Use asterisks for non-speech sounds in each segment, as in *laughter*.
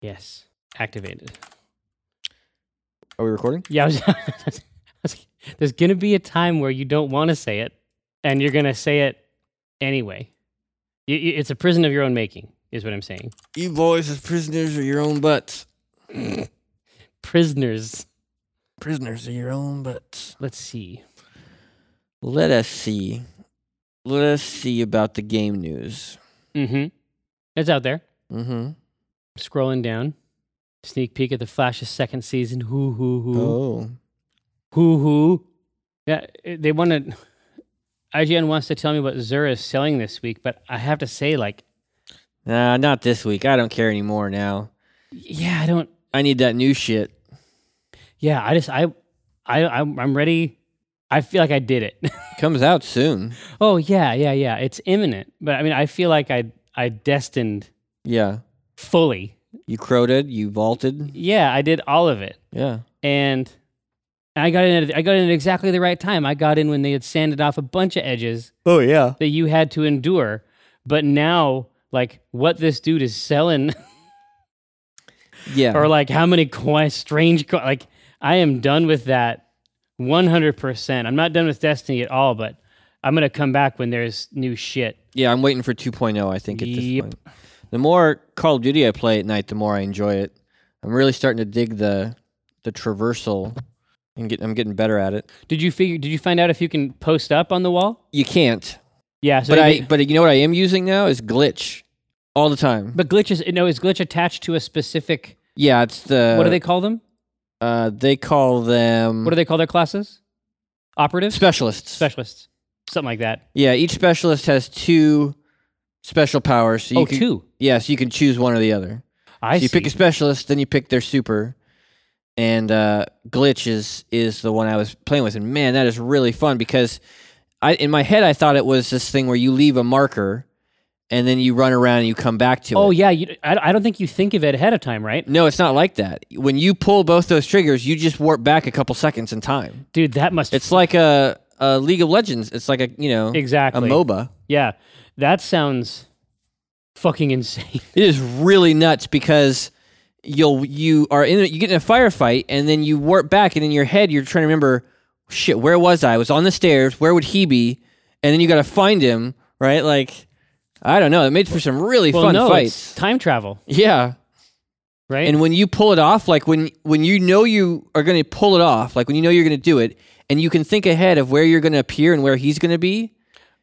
Yes. Activated. Are we recording? Yeah. I was, *laughs* I was like, there's going to be a time where you don't want to say it and you're going to say it anyway. Y- y- It's a prison of your own making, is what I'm saying. You boys as prisoners of your own butts. Prisoners. Prisoners of your own butts. Let's see. Let us see. Let us see about the game news. Mm hmm. It's out there. Mm-hmm. Scrolling down. Sneak peek at the Flash's second season. Hoo, hoo, hoo. Oh. Hoo, hoo. Yeah. it- They want to. IGN wants to tell me what Zura is selling this week, but I have to say, like, Nah, not this week. I don't care anymore now. yeah, I don't. I need that new shit. Yeah, I just I I I'm, I'm ready. I feel like I did it. *laughs* Comes out soon. oh yeah, yeah, yeah. It's imminent. But I mean, I feel like I I destined Yeah. fully. You crowded, you vaulted. Yeah, I did all of it, Yeah. and I got in. At, I got in at exactly the right time. I got in when they had sanded off a bunch of edges Oh yeah. that you had to endure. But now, like what this dude is selling, Yeah. or like how many coin, strange coin, like I am done with that 100%. I'm not done with Destiny at all, but I'm going to come back when there's new shit. yeah, I'm waiting for 2.0, I think at this Yep. point. The more Call of Duty I play at night, the more I enjoy it. I'm really starting to dig the the traversal and get I'm getting better at it. Did you figure did you find out if you can post up on the wall? You can't. Yeah, so but they I did- but you know what I am using now is glitch all the time. but glitch is no, is glitch attached to a specific yeah, it's the what do they call them? uh they call them What do they call their classes? Operatives? specialists. Specialists. Something like that. yeah, each specialist has two special powers. So you oh, can, two. Yeah, so you can choose one or the other. I so you see. pick a specialist, then you pick their super. And uh, glitch is is the one I was playing with, and man, that is really fun because I in my head I thought it was this thing where you leave a marker, and then you run around and you come back to it. oh yeah, you, I, I don't think you think of it ahead of time, right? No, it's not like that. When you pull both those triggers, you just warp back a couple seconds in time. Dude, that must It's like a, a League of Legends. It's like a you know a exactly MOBA. Yeah, that sounds fucking insane. It is really nuts because you'll you are in a, you get in a firefight and then you warp back and in your head you're trying to remember shit where was I? I was on the stairs. Where would he be? And then you got to find him right. Like I don't know. It made for some really Well, fun no, it's fights. time travel, Yeah. right? And when you pull it off, like when when you know you are going to pull it off, like when you know you're going to do it, and you can think ahead of where you're going to appear and where he's going to be,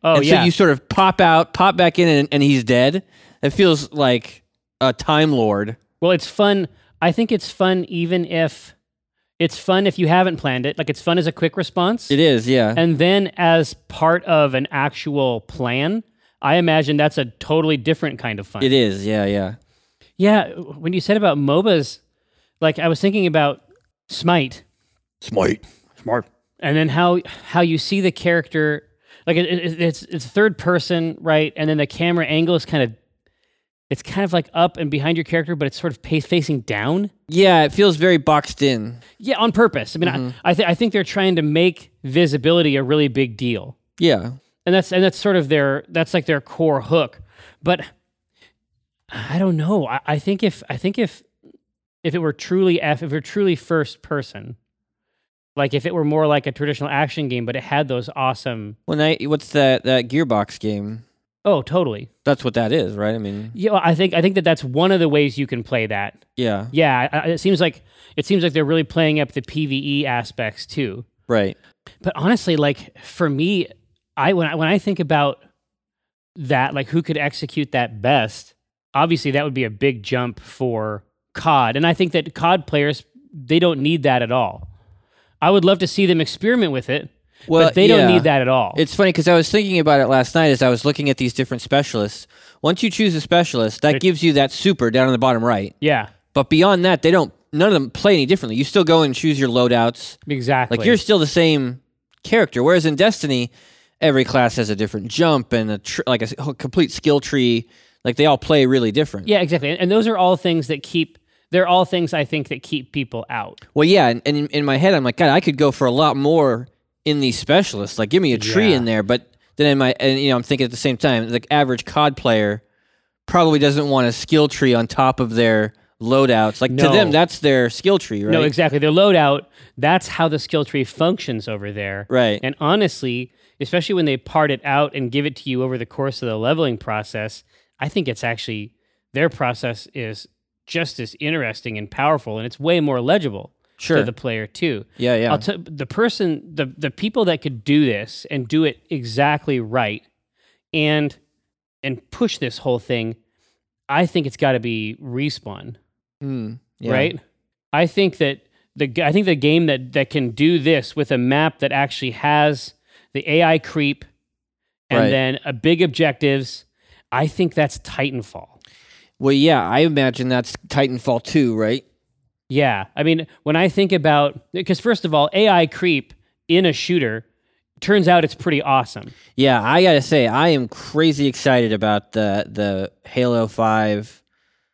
oh and yeah, so you sort of pop out, pop back in, and, and he's dead. It feels like a time lord. well, it's fun. I think it's fun even if it's fun if you haven't planned it. Like it's fun as a quick response, It is, yeah. and then as part of an actual plan. I imagine that's a totally different kind of fun. it is, yeah, yeah. Yeah, when you said about MOBAs, like I was thinking about Smite, Smite, smart. and then how how you see the character like it, it, it's it's third person right and then the camera angle is kind of it's kind of like up and behind your character but it's sort of pace facing down Yeah, it feels very boxed in. yeah on purpose i mean I, I, th- I think they're trying to make visibility a really big deal Yeah, and that's and that's sort of their that's like their core hook but i don't know i, I think if i think if if it were truly f if it were truly first person like if it were more like a traditional action game but it had those awesome when I what's that that Gearbox game? Oh, totally. That's what that is, right? I mean, Yeah, well, I think I think that that's one of the ways you can play that. yeah, Yeah, I- I- it seems like it seems like they're really playing up the PVE aspects too. right. But honestly, like for me, I when I when I think about that, like who could execute that best? Obviously, that would be a big jump for COD, and I think that COD players they don't need that at all. I would love to see them experiment with it, Well, but they don't yeah. need that at all. It's funny because I was thinking about it last night as I was looking at these different specialists. Once you choose a specialist, that gives you that super down on the bottom right. yeah, But beyond that, they don't. None of them play any differently. You still go and choose your loadouts. exactly. Like you're still the same character. Whereas in Destiny, every class has a different jump and a tr- like a, s- a complete skill tree. Like they all play really different. Yeah, exactly. And, and those are all things that keep they're all things I think that keep people out. Well, yeah. And, and in, in my head, I'm like, God, I could go for a lot more in these specialists. Like, give me a tree Yeah. in there. But then in my and you know, I'm thinking at the same time, the average COD player probably doesn't want a skill tree on top of their loadouts. Like to No. them, that's their skill tree, right? No, exactly. Their loadout, that's how the skill tree functions over there. Right. And honestly, especially when they part it out and give it to you over the course of the leveling process, I think it's actually their process is just as interesting and powerful and it's way more legible Sure. to the player too. yeah, yeah. I'll tell the person, the the people that could do this and do it exactly right, and and push this whole thing, I think it's got to be respawn, Mm, yeah. right? I think that the g- I think the game that that can do this with a map that actually has the AI creep, and Right. then a big objectives. I think that's Titanfall. Well, yeah, I imagine that's Titanfall 2, right? Yeah. I mean, when I think about because first of all, AI creep in a shooter turns out it's pretty awesome. Yeah, I gotta say, I am crazy excited about the the Halo Five.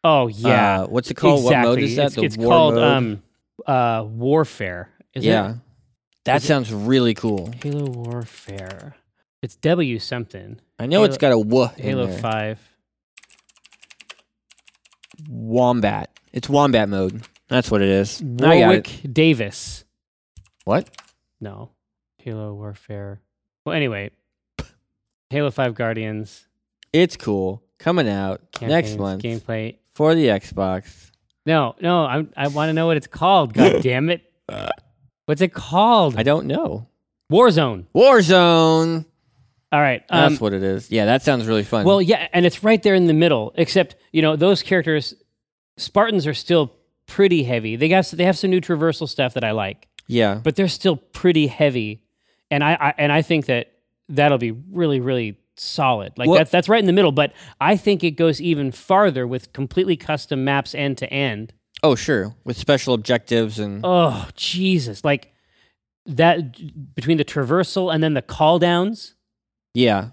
Oh yeah. uh, what's it called? Exactly. What mode is that? It's, the it's war called mode? um uh warfare. Isn't yeah, it? that sounds really cool. Halo Warfare. It's W something. I know Halo- it's got a woof. Halo Five. Wombat. It's wombat mode. That's what it is. I got it. Warwick Davis. What? No. Halo Warfare. Well anyway. Halo Five Guardians. It's cool. Coming out next campaigns, month Gameplay. for the Xbox. No, no, I'm, I want to know what it's called. *laughs* God damn it. What's it called? I don't know. Warzone. Warzone. All right. That's Um, what it is. Yeah, that sounds really fun. well, yeah, and it's right there in the middle. Except you know those characters, Spartans are still pretty heavy. They got they have some new traversal stuff that I like, yeah, but they're still pretty heavy, and I, I and I think that that'll be really really solid. Like Well- that's that's right in the middle. But I think it goes even farther with completely custom maps end to end. Oh, sure. With special objectives and Oh Jesus! Like that between the traversal and then the call downs. yeah.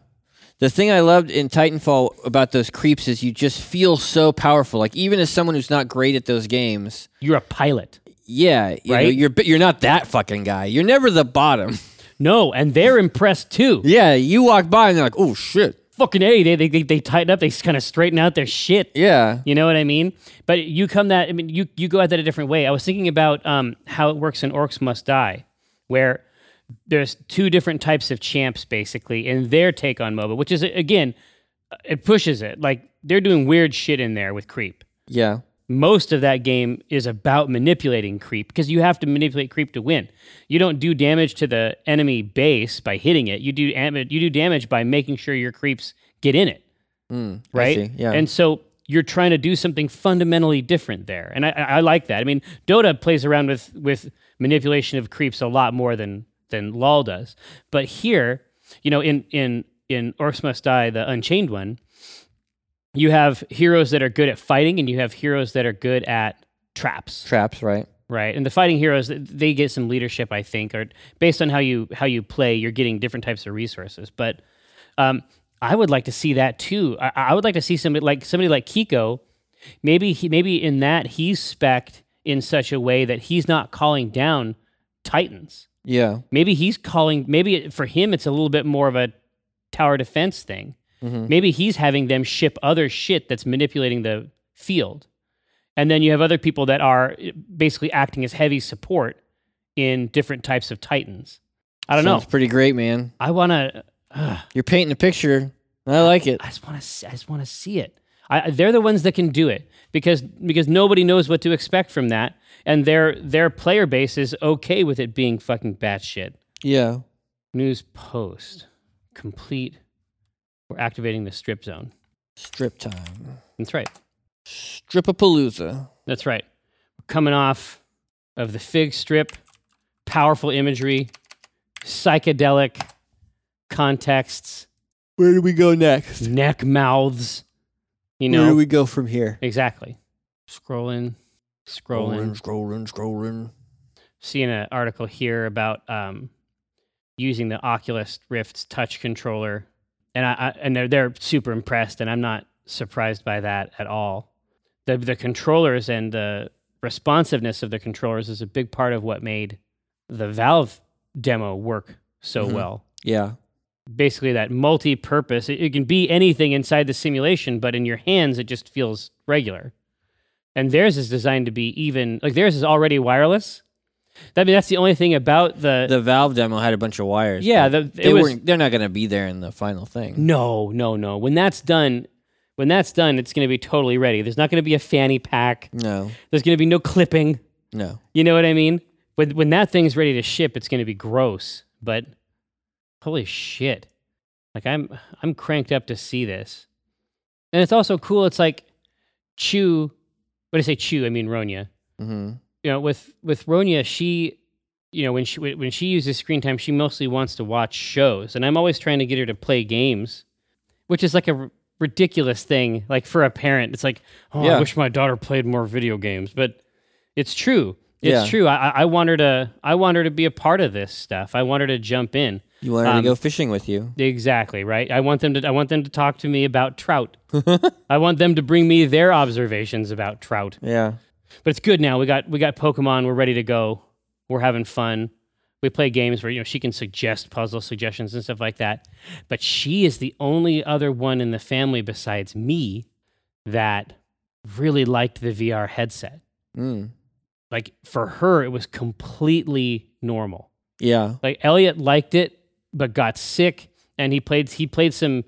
The thing I loved in Titanfall about those creeps is you just feel so powerful. Like even as someone who's not great at those games, You're a pilot. yeah, you know, Right? you're but you're not that fucking guy. You're never the bottom. No, and they're impressed too. yeah, *laughs* you walk by and they're like, "Oh shit." fucking a they they they, they tighten up they kind of straighten out their shit Yeah. you know what i mean but you come that i mean you you go at that a different way i was thinking about um how it works in orcs must die where there's two different types of champs basically in their take on moba which is again it pushes it like they're doing weird shit in there with creep Yeah. most of that game is about manipulating creep because you have to manipulate creep to win. You don't do damage to the enemy base by hitting it. You do am- you do damage by making sure your creeps get in it, Mm, I right? see. Yeah. And so you're trying to do something fundamentally different there, and I, I I like that. I mean, Dota plays around with with manipulation of creeps a lot more than than LoL does, but here, you know, in in in Orcs Must Die, the Unchained one, you have heroes that are good at fighting and you have heroes that are good at traps Traps, right? right and the fighting heroes th- they get some leadership i think or based on how you how you play you're getting different types of resources but um, i would like to see that too I, I would like to see somebody like somebody like kiko maybe he maybe in that he's specced in such a way that he's not calling down titans Yeah. maybe he's calling maybe it- for him it's a little bit more of a tower defense thing Mhm. maybe he's having them ship other shit that's manipulating the field and then you have other people that are eh, basically acting as heavy support in different types of titans i don't sounds know pretty great, man. i want to You're painting a picture. I like it. i just want to i just want to see it I, they're the ones that can do it because because nobody knows what to expect from that and their their player base is okay with it being fucking batshit Yeah. News post. Complete. We're activating the strip zone. Strip time. That's right. Stripapalooza. That's right. We're coming off of the fig strip, powerful imagery, psychedelic contexts, Where do we go next? neck mouths. You Where do know we go from here? exactly. Scrolling, scrolling. scrolling, scrolling. Seeing an article here about um, using the Oculus Rift's touch controller, and I, I and they're they're super impressed, and I'm not surprised by that at all. The the controllers and the responsiveness of the controllers is a big part of what made the Valve demo work so Mhm. well. Yeah. Basically, that multi-purpose it, it can be anything inside the simulation, but in your hands it just feels regular. and theirs is designed to be even like theirs is already wireless. That I mean, that's the only thing about the, The Valve demo had a bunch of wires. yeah. but The, it they was, weren't. They're not going to be there in the final thing. No, no, no. When that's done, when that's done, it's going to be totally ready. There's not going to be a fanny pack. No, There's going to be no clipping. no. You know what I mean? When when that thing's ready to ship, it's going to be gross. But holy shit! Like I'm I'm cranked up to see this, and it's also cool. It's like Chew. When I say Chew, I mean Ronya. Mm-hmm. You know, with with Ronya, she, you know, when she when she uses screen time, she mostly wants to watch shows, and I'm always trying to get her to play games, which is like a r- ridiculous thing. Like for a parent, it's like, oh, Yeah. I wish my daughter played more video games, but it's true. It's Yeah. true. I, I I want her to. I want her to be a part of this stuff. I want her to jump in. You wanted Um, to go fishing with you. Exactly right. I want them to. I want them to talk to me about *laughs* trout. I want them to bring me their observations about trout. Yeah. But it's good now. We got we got Pokemon. We're ready to go. We're having fun. We play games where you know she can suggest puzzle suggestions and stuff like that. But she is the only other one in the family besides me that really liked the VR headset. Mm. Like for her, it was completely normal. Yeah. Like Elliot liked it, but got sick, and he played. He played some.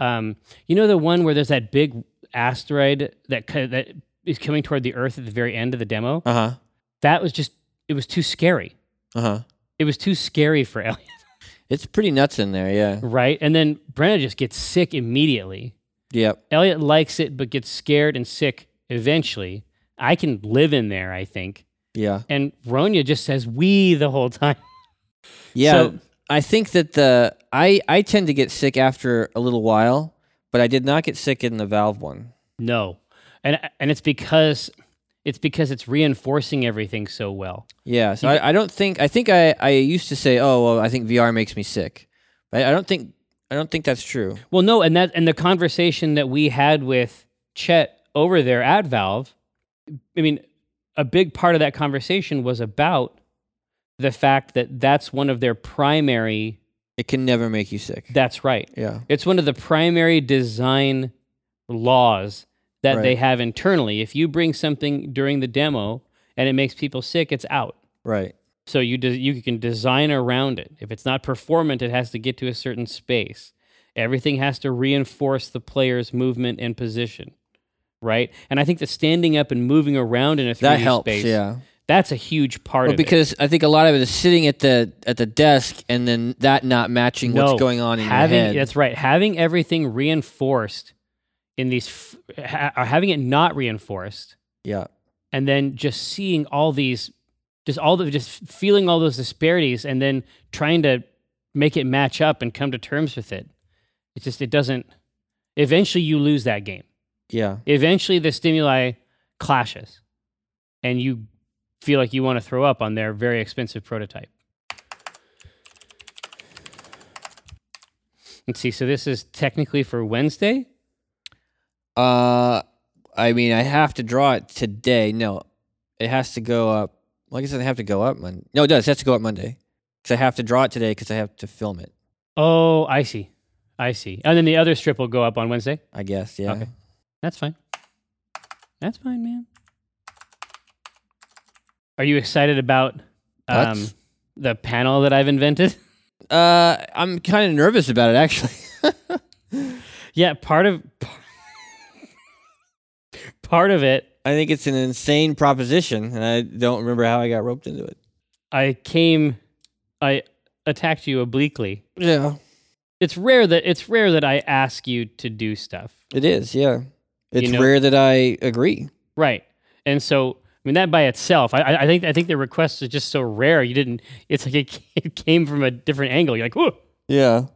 Um, you know the one where there's that big asteroid that co- that is coming toward the Earth at the very end of the demo. Uh huh. That was just. It was too scary. Uh huh. It was too scary for Elliot, *laughs* It's pretty nuts in there. Yeah. right? And then Brenna just gets sick immediately. Yep. Elliot likes it, but gets scared and sick eventually. I can live in there, I think. Yeah. And Ronya just says "we" the whole time. *laughs* Yeah. So- I think that the I I tend to get sick after a little while, but I did not get sick in the Valve one. No, and and it's because it's because it's reinforcing everything so well. Yeah. So I, I don't think I think I I used to say oh well I think VR makes me sick, but I don't think I don't think that's true. Well, no, and that and the conversation that we had with Chet over there at Valve, I mean, a big part of that conversation was about the fact that that's one of their primary. It can never make you sick. That's right. yeah. It's one of the primary design laws that they Right. have internally. If you bring something during the demo and it makes people sick, it's out. Right. So you des- you can design around it. If it's not performant, it has to get to a certain space. Everything has to reinforce the player's movement and position, right? And I think that standing up and moving around in a 3D That helps. space, Yeah. that's a huge part Well, of it. because I think a lot of it is sitting at the at the desk and then that not matching No, what's going on in having your head. that's right, having everything reinforced in these, f- ha- or having it not reinforced, yeah. and then just seeing all these just all the just feeling all those disparities and then trying to make it match up and come to terms with it it just it doesn't eventually you lose that game Yeah. eventually the stimuli clashes and you feel like you want to throw up on their very expensive prototype let's see so this is technically for wednesday Uh, I mean, I have to draw it today. No, it has to go up. Well, I guess it doesn't have to go up Monday. No, it does. It has to go up Monday because I have to draw it today because I have to film it. oh i see i see and then the other strip will go up on wednesday I guess. Yeah. Okay. That's fine. That's fine, man. Are you excited about um, Putts? the panel that I've invented? *laughs* Uh, I'm kind of nervous about it actually. *laughs* yeah, part of part of it. I think it's an insane proposition, and I don't remember how I got roped into it. I came, I attacked you obliquely. Yeah, It's rare that it's rare that I ask you to do stuff, it is. Yeah, it's know- rare that I agree. right? And so, I mean, that by itself, I, I I think I think the request is just so rare. You didn't. It's like it, it *laughs* came from a different angle. You're like, whoa. Yeah.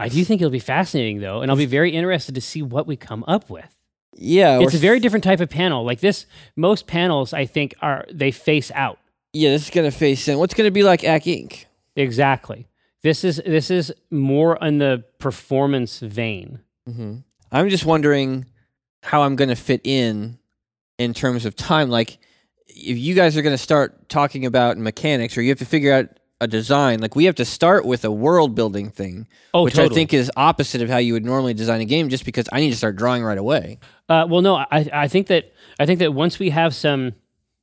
I do think it'll be fascinating though, and I'll be very interested to see what we come up with. Yeah. It's a we're- very different type of panel. Like this, most panels I think are they face out. Yeah, this is gonna face in. What's gonna be like Ack Inc? Exactly. This is this is more on the performance vein. hmm I'm just wondering how I'm going to fit in in terms of time. Like, if you guys are going to start talking about mechanics, or you have to figure out a design, like we have to start with a world building thing, Oh, which I totally. think is opposite of how you would normally design a game, just because I need to start drawing right away. Uh, well, no, I I think that I think that once we have some,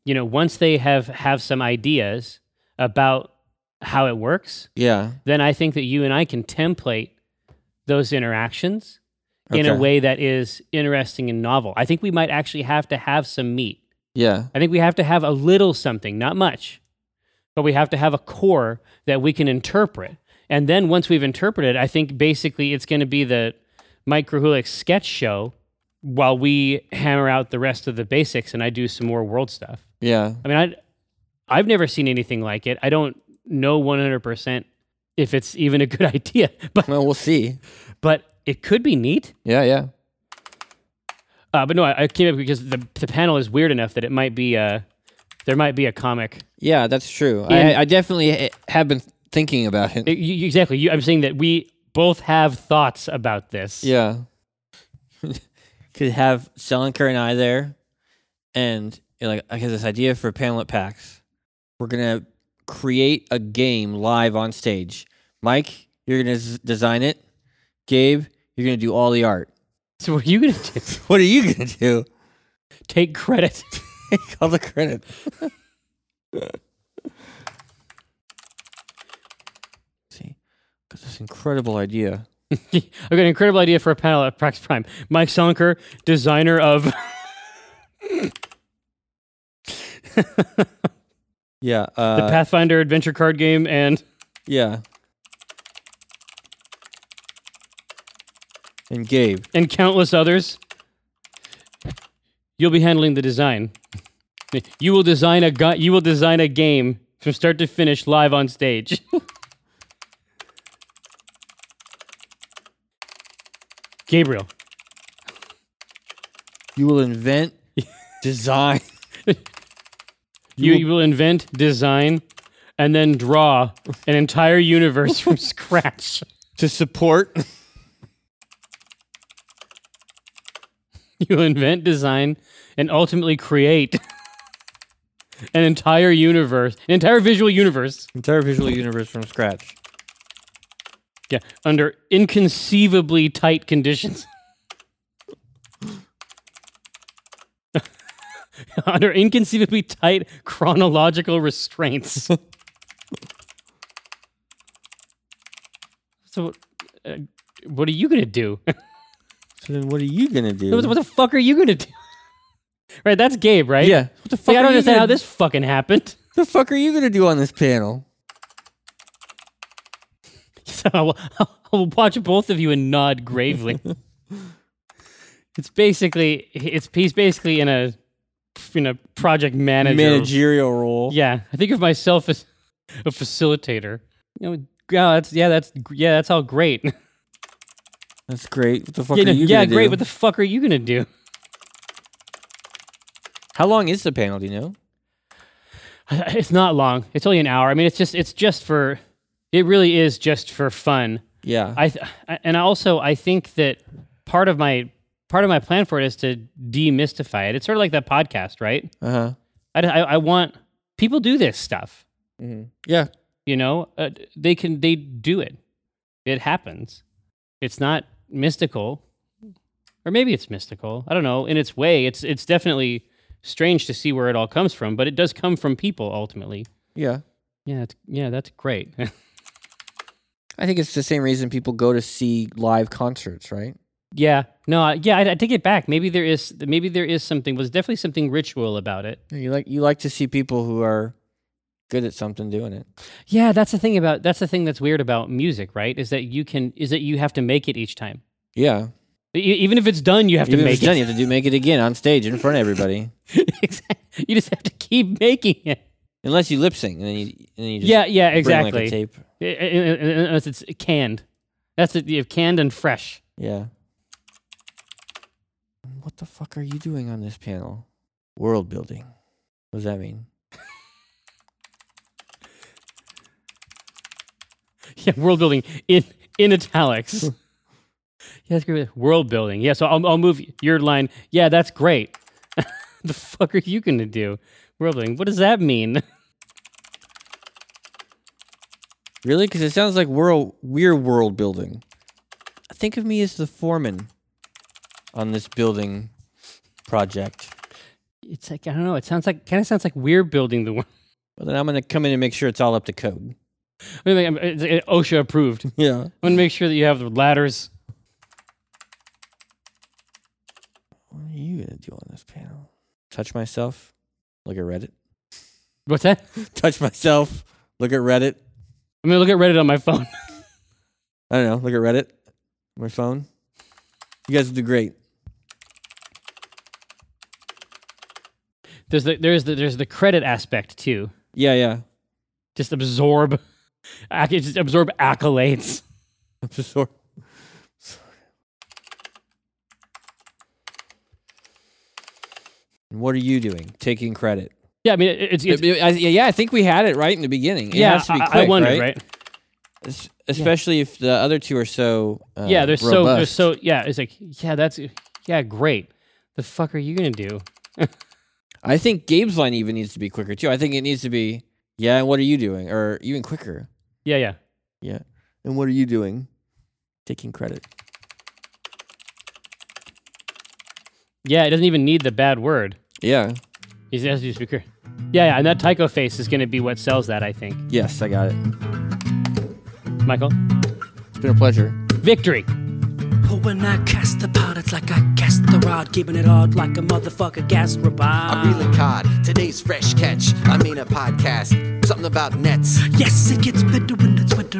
you know, once they have have some ideas about how it works, Yeah. then I think that you and I can template those interactions in a Okay. way that is interesting and novel. I think we might actually have to have some meat. Yeah. I think we have to have a little something, not much, but we have to have a core that we can interpret. And then once we've interpreted, I think basically it's going to be the Mike Krahulik sketch show while we hammer out the rest of the basics and I do some more world stuff. Yeah. I mean, I, I've never seen anything like it. I don't know 100% if it's even a good *laughs* idea, but, Well, we'll see. but it could be neat. Yeah. Yeah. Uh, but no, I, I came up because the, the panel is weird enough that it might be, uh, there might be a comic Yeah. That's true. In- I, I definitely ha- have been thinking about it. Y- y- exactly. You, I'm saying that we both have thoughts about this. Yeah. *laughs* Could have Selenker and I there, and you're like, I got this idea for a panel at PAX. We're gonna create a game live on stage. Mike, you're gonna z- design it. Gabe, you're gonna do all the art. *laughs* So what are you going to do? *laughs* What are you gonna do? *laughs* Take credit. Take all the credit. *laughs* See, got this incredible idea. I've got an incredible idea for a panel at Prax Prime. Mike Selenker, designer of. *laughs* Yeah. The Uh, Pathfinder adventure card game, and yeah. And Gabe. and countless others. You'll be handling the design. You will design a gu- you will design a game from start to finish live on stage. *laughs* Gabriel, You will invent, *laughs* design. You, you will invent, design, and then draw an entire universe *laughs* from scratch. to support. *laughs* You will invent, design, and ultimately create *laughs* an entire universe, an entire visual universe. Entire visual universe from scratch. Yeah, under inconceivably tight conditions. *laughs* under inconceivably tight chronological *laughs* restraints. so, uh, what are you gonna do? *laughs* So then, what are you gonna do? What the- what the fuck are you gonna do? *laughs* right, that's Gabe, right? yeah. What the fuck? Like, I are don't you understand gonna, how this fucking happened. The fuck are you gonna do on this panel? *laughs* So I will, I will watch both of you and nod *laughs* gravely. it's basically it's he's basically in a in a project manager. Managerial role. Yeah, I think of myself as a facilitator. You know, yeah, that's yeah, that's yeah, that's all great. That's great. What *laughs* the fuck yeah, are no, you yeah, gonna great. do? What the fuck are you gonna do? *laughs* How long is the panel? Do you know? It's not long. It's only an hour. I mean, it's just it's just for it really is just for fun. Yeah. I th- I- and also I think that part of my part of my plan for it is to demystify it. It's sort of like that podcast, right? Uh huh. I, I, I want people do this stuff. Mm-hmm. Yeah. You know, uh, they can they do it. It happens. It's not mystical, or maybe it's mystical. I don't know. In its way, it's it's definitely strange to see where it all comes from, but it does come from people ultimately. Yeah. Yeah, it's, yeah, that's great. *laughs* I think it's the same reason people go to see live concerts, right? Yeah, no, I- yeah, I, I take it back. Maybe there is, maybe there is something. Was definitely something ritual about it. You like you like to see people who are good at something doing it. Yeah, that's the thing about that's the thing that's weird about music, right? Is that you can, is that you have to make it each time. Yeah. E- even if it's done, you have Even to if make it's done, you have to do make it again on stage in front of everybody. it. *laughs* Exact- you just have to keep making it. Unless you lip sync and then you and then you just yeah, yeah, bring, like, a exactly. tape. I- I- I- Unless it's canned. That's it. You have canned and fresh. Yeah. What the fuck are you doing on this panel? World building. What does that mean? *laughs* Yeah, world building in in *laughs* italics. yeah, that's great. World building. Yeah, so I'll, I'll move your line. Yeah, that's great. *laughs* the fuck are you gonna do? World building. What does that mean? *laughs* Really? Because it sounds like we're we're world building. Think of me as the foreman on this building project. It's like I don't know. It sounds like kind of sounds like we're building the *laughs* one. Well, then I'm going to come in and make sure it's all up to code. I mean, like, it's, uh, OSHA approved. Yeah. I want to make sure that you have the ladders. What are you going to do on this panel? Touch myself. Look at Reddit. *laughs* What's that? Touch myself. Look at Reddit. I'm gonna look at Reddit on my phone. *laughs* I don't know. Look at Reddit. My phone. You guys do great. There's the there's the there's the credit aspect too. Yeah, yeah. *laughs* Just absorb, *laughs* acc- just absorb accolades. Absorb. And what are you doing? Taking credit. Yeah, I mean it, it's, it's I- I- yeah, I think we had it right in the beginning. It yeah. has to be I- I, quick, wondered, right? right? Es- Especially if the other two are so uh, yeah, they're so they're robust. so yeah. It's like yeah, that's yeah, great. The fuck are you gonna do? I think Gabe's line even needs to be quicker too. I think it needs to be yeah. And what are you doing? Or even quicker. Yeah, yeah. Yeah. And what are you doing? Taking credit. Yeah, it doesn't even need the bad word. Yeah. It has to just be clear. Yeah, yeah, and that Tycho face is going to be what sells that, I think. Yes, I got it. Michael, It's been a pleasure. victory. But when I cast the pot, it's like I cast the rod, keeping it hard like a motherfucker gas robot. I'm reeling cod. Today's fresh catch. I mean a podcast. Something about nets. Yes, it gets better when it's winter.